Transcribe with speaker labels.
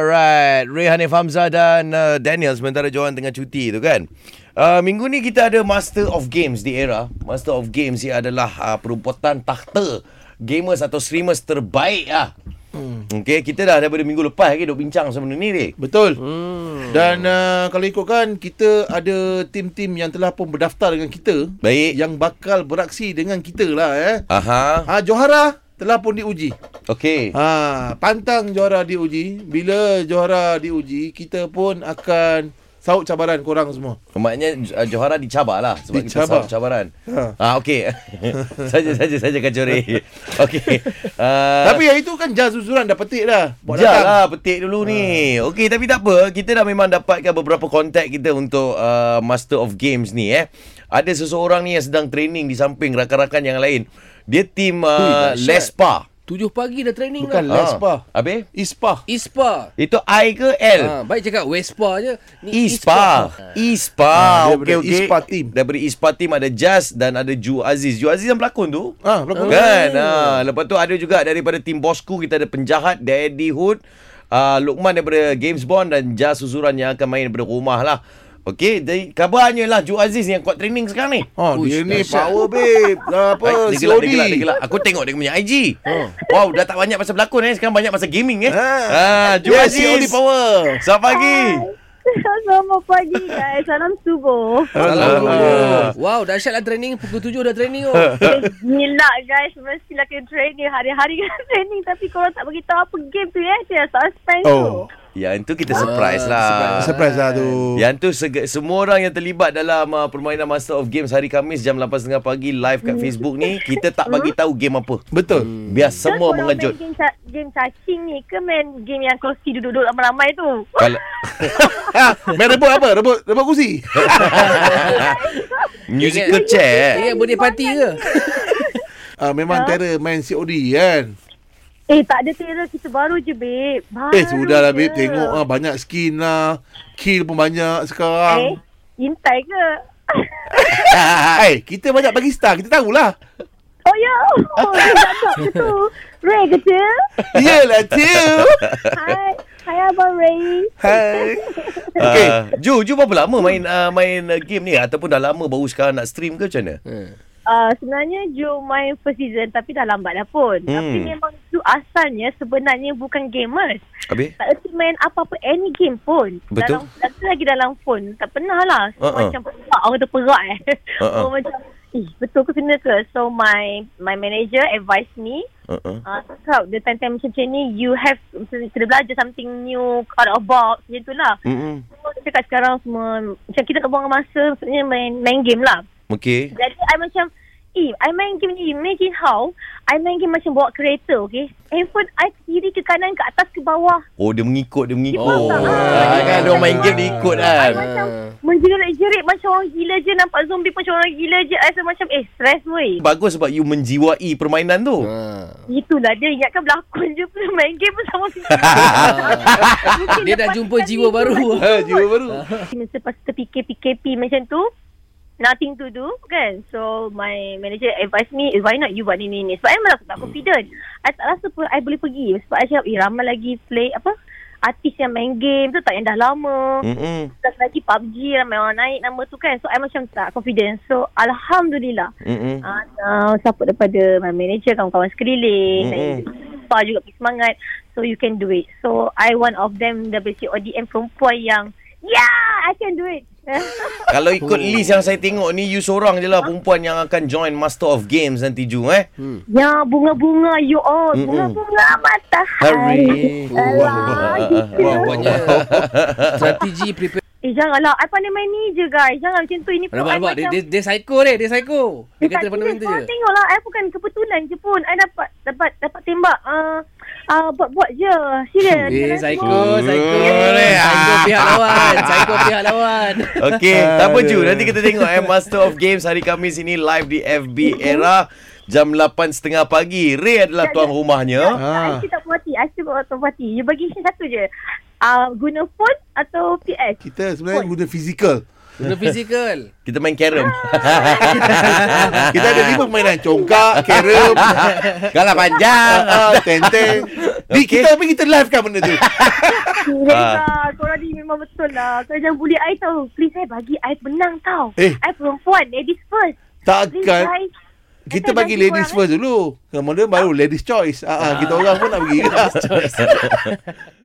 Speaker 1: Alright, Ray Hanif Hamzah dan uh, Daniel sementara Johan tengah cuti tu kan. Uh, minggu ni kita ada Master of Games di era. Master of Games ia adalah uh, perumputan takhta gamers atau streamers terbaik ah. Hmm. Okay, kita dah daripada minggu lepas lagi duk bincang sama benda ni Ray.
Speaker 2: Betul. Hmm. Dan uh, kalau ikutkan kita ada tim-tim yang telah pun berdaftar dengan kita
Speaker 1: Baik.
Speaker 2: yang bakal beraksi dengan kita lah eh.
Speaker 1: Aha.
Speaker 2: Ha Johara telah pun diuji.
Speaker 1: Okay.
Speaker 2: Ha pantang Johara diuji. Bila Johara diuji, kita pun akan saut cabaran korang semua.
Speaker 1: Maknanya uh, Johara dicabar lah Sebab dicabar. kita
Speaker 2: Dicabar.
Speaker 1: sahab cabaran
Speaker 2: Ha.
Speaker 1: ha. Ah, okay Saja saja saja kacau Ray Okay uh,
Speaker 2: Tapi yang itu kan jas usuran dah petik dah. Buat
Speaker 1: Sekejap
Speaker 2: datang. Ah.
Speaker 1: lah petik dulu ni Okey tapi tak apa Kita dah memang dapatkan beberapa kontak kita Untuk uh, Master of Games ni eh Ada seseorang ni yang sedang training Di samping rakan-rakan yang lain Dia tim uh,
Speaker 3: dahsyat.
Speaker 1: Lespa
Speaker 3: Tujuh pagi dah training
Speaker 2: Bukan
Speaker 3: dah.
Speaker 2: lah. Lespa.
Speaker 1: ah. Habis?
Speaker 2: Ispa.
Speaker 3: ISPA.
Speaker 1: Itu I ke L?
Speaker 2: Ah.
Speaker 3: Ha, baik cakap Wespa je. Ni
Speaker 1: ISPA ISPA ha,
Speaker 2: Ah, daripada
Speaker 1: Okey okey
Speaker 2: ISPA team.
Speaker 1: Daripada ISPA team ada Jaz Dan ada Ju Aziz Ju Aziz yang pelakon tu
Speaker 2: Ah, pelakon.
Speaker 1: Kan ha. Lepas tu ada juga daripada tim bosku Kita ada penjahat Daddy Hood uh, Lukman daripada Games Bond Dan Jaz Suzuran yang akan main daripada rumah lah Okey, jadi kabarnya lah Ju Aziz yang kuat training sekarang ni.
Speaker 2: Ha
Speaker 3: Uish,
Speaker 2: dia ni
Speaker 3: dahsyat.
Speaker 2: power babe. Dah apa? Oh.
Speaker 1: Baik, dia gelap,
Speaker 2: COD.
Speaker 1: dia gelap, dia gelap. Aku tengok dia punya IG. Wow, dah tak banyak pasal berlakon eh. Sekarang banyak pasal gaming eh.
Speaker 2: Ah.
Speaker 1: Ah, Ju
Speaker 2: Yes, COD
Speaker 1: Aziz.
Speaker 2: power.
Speaker 1: Selamat pagi.
Speaker 4: Selamat pagi guys. Salam subuh.
Speaker 1: Alhamdulillah.
Speaker 3: Ah, Wow, dahsyatlah training. Pukul tujuh dah training oh.
Speaker 4: Eh, Gila guys. Mestilah kena training. Hari-hari kena training. Tapi korang tak beritahu apa game tu eh. Saya suspense
Speaker 2: Oh.
Speaker 4: oh. tu.
Speaker 1: Yang tu Ya, kita surprise
Speaker 3: Ah,
Speaker 1: lah.
Speaker 2: Surprise lah tu.
Speaker 1: Yang tu seg- semua orang yang terlibat dalam uh, permainan Master of Games hari Khamis jam 8.30 pagi live
Speaker 4: Hmm.
Speaker 1: kat Facebook ni, kita tak bagi tahu game apa. Hmm.
Speaker 2: Betul.
Speaker 1: Biar semua
Speaker 4: Kan korang
Speaker 1: mengejut.
Speaker 4: Hmm. Main game, ca- game cacing ni ke main game yang kursi duduk-duduk ramai-ramai tu?
Speaker 1: Kalau
Speaker 2: Ha, main rebut apa? Rebut rebut kursi.
Speaker 1: musical chair. eh.
Speaker 3: Ingat Ya, birthday party ke?
Speaker 2: Ah, memang terror main COD kan.
Speaker 4: Eh tak ada terror. Kita baru je babe. Baru
Speaker 2: Eh sudah lah babe
Speaker 4: je.
Speaker 2: tengok ah banyak skin lah. Kill pun banyak sekarang.
Speaker 4: Eh intai ke?
Speaker 2: Eh, kita banyak bagi star, kita tahulah.
Speaker 4: Oh ya. Oh, dia cakap tu. Ray kata.
Speaker 2: Yelah tu.
Speaker 4: Hai. Hai Abang Ray.
Speaker 1: Okay.
Speaker 2: Hai. Okay.
Speaker 1: Uh, Ju, Ju berapa lama main uh, main uh, game ni ataupun dah lama baru sekarang nak stream ke macam mana?
Speaker 3: Hmm.
Speaker 4: Uh, sebenarnya Ju main first season tapi dah lambat dah pun.
Speaker 1: Hmm.
Speaker 4: Hmm. Tapi memang Ju asalnya sebenarnya bukan gamers.
Speaker 1: Habis?
Speaker 4: Tak erti main apa-apa any game pun.
Speaker 1: Betul.
Speaker 4: Dalam, lagi lagi dalam phone. Tak pernah lah. So,
Speaker 1: Uh-uh.
Speaker 4: uh-uh. Macam perak orang terperak eh.
Speaker 1: Uh-uh.
Speaker 4: Uh-uh. So, macam Eh, betul ke kena ke? So, my my manager advise me,
Speaker 1: Uh-uh.
Speaker 4: uh, cakap, the time-time macam-macam ni, you have, kena belajar something new, out of box, macam tu lah.
Speaker 1: Mm-mm.
Speaker 4: So, dekat sekarang semua, macam kita tak buang masa, maksudnya main, main game lah.
Speaker 1: Okay.
Speaker 4: Jadi I macam Eh, I main game ni. Imagine how I main game macam bawa kereta, okay? Handphone I kiri ke kanan, ke atas, ke bawah.
Speaker 1: Oh, dia mengikut, dia mengikut. Oh,
Speaker 4: Ikut tak? Ah.
Speaker 1: ah, kan dia orang main game dia ikut
Speaker 3: Ah.
Speaker 1: kan.
Speaker 4: Macam menjerit-jerit macam orang gila je. Nampak zombie pun macam orang gila je. I rasa macam, eh, stress weh.
Speaker 1: Bagus sebab you menjiwai permainan tu.
Speaker 4: Ah.
Speaker 3: Ha.
Speaker 4: Itulah dia ingatkan berlakon je pun main game pun sama Mungkin
Speaker 3: Eh, Dia dah
Speaker 4: lepas
Speaker 3: jumpa
Speaker 4: sekali
Speaker 3: jiwa
Speaker 4: tu
Speaker 3: baru.
Speaker 4: lagi
Speaker 2: Ha, jiwa baru.
Speaker 4: Masa lepas kita fikir PKP macam tu Nothing to do kan So my manager advise me eh, Why not you buat ni ni ni Sebab I memang aku tak confident I tak rasa pun I boleh pergi Sebab I cakap Eh ramai lagi play apa Artis yang main game tu tak yang dah lama
Speaker 1: Mm-mm.
Speaker 4: Plus lagi PUBG ramai orang naik nama tu kan So I macam tak confident So Alhamdulillah
Speaker 1: Mm-mm.
Speaker 4: Ah, uh, support daripada my manager, kawan-kawan sekeliling.
Speaker 1: Mm-mm.
Speaker 4: Mm-hmm. Saya juga pergi semangat. So you can do it. So I one of them daripada CODM perempuan yang Yeah, I can do it.
Speaker 1: Kalau ikut list yang saya tengok ni You seorang je lah perempuan yang akan join Master of Games nanti Ju eh
Speaker 4: ya, bunga-bunga you all.
Speaker 1: Mm-mm.
Speaker 4: Bunga-bunga matahari.
Speaker 1: Hari Ah,
Speaker 4: Alah, gitu.
Speaker 3: Wah, banyak strategi prepare.
Speaker 4: Eh, janganlah. I pandai main ni je, guys. Jangan macam tu. Ini pun I
Speaker 3: Nampak-nampak dia,
Speaker 4: macam-
Speaker 3: dia, dia psycho dia, dia psycho. Dia Eh,
Speaker 4: tak
Speaker 3: kata depan
Speaker 4: kira.
Speaker 3: tu
Speaker 4: Korang
Speaker 3: je.
Speaker 4: Tengoklah, I bukan kebetulan je pun. I dapat dapat dapat tembak. Uh, uh, buat-buat je. Serius.
Speaker 3: Eh,
Speaker 4: Jangan
Speaker 3: psycho,
Speaker 4: semua.
Speaker 3: psycho.
Speaker 1: Eh,
Speaker 3: Psycho
Speaker 1: ah.
Speaker 3: pihak lawan, psycho pihak lawan.
Speaker 1: Okay Tak apa
Speaker 2: Aduh.
Speaker 1: Ju Nanti kita tengok eh Master of Games hari Khamis ini Live di FB Era Jam 8.30 pagi Ray adalah tuan rumahnya
Speaker 2: Ah.
Speaker 4: Ah. I still tak puas hati. I still tak puas hati. You bagi option satu je. Uh, guna phone atau PS.
Speaker 2: Kita sebenarnya guna fizikal.
Speaker 3: Kena fizikal.
Speaker 1: Kita main carom
Speaker 2: Kita ada lima permainan congkak, carom,
Speaker 1: Kalah panjang
Speaker 2: ah, tenteng. Di
Speaker 1: Okay.
Speaker 2: kita tapi kita live kan benda tu.
Speaker 4: Heza, korang ni memang betul lah. Korang jangan bully I tau. Please, I bagi I menang tau.
Speaker 2: Eh.
Speaker 4: I perempuan, ladies first. Please,
Speaker 2: Takkan
Speaker 4: guys.
Speaker 2: kita eh?
Speaker 4: Betul,
Speaker 2: bagi
Speaker 4: bagi eh.
Speaker 2: ladies
Speaker 4: orang,
Speaker 2: first dulu. Kemudian baru ladies choice. Ah, ah, kita orang pun nak bagi.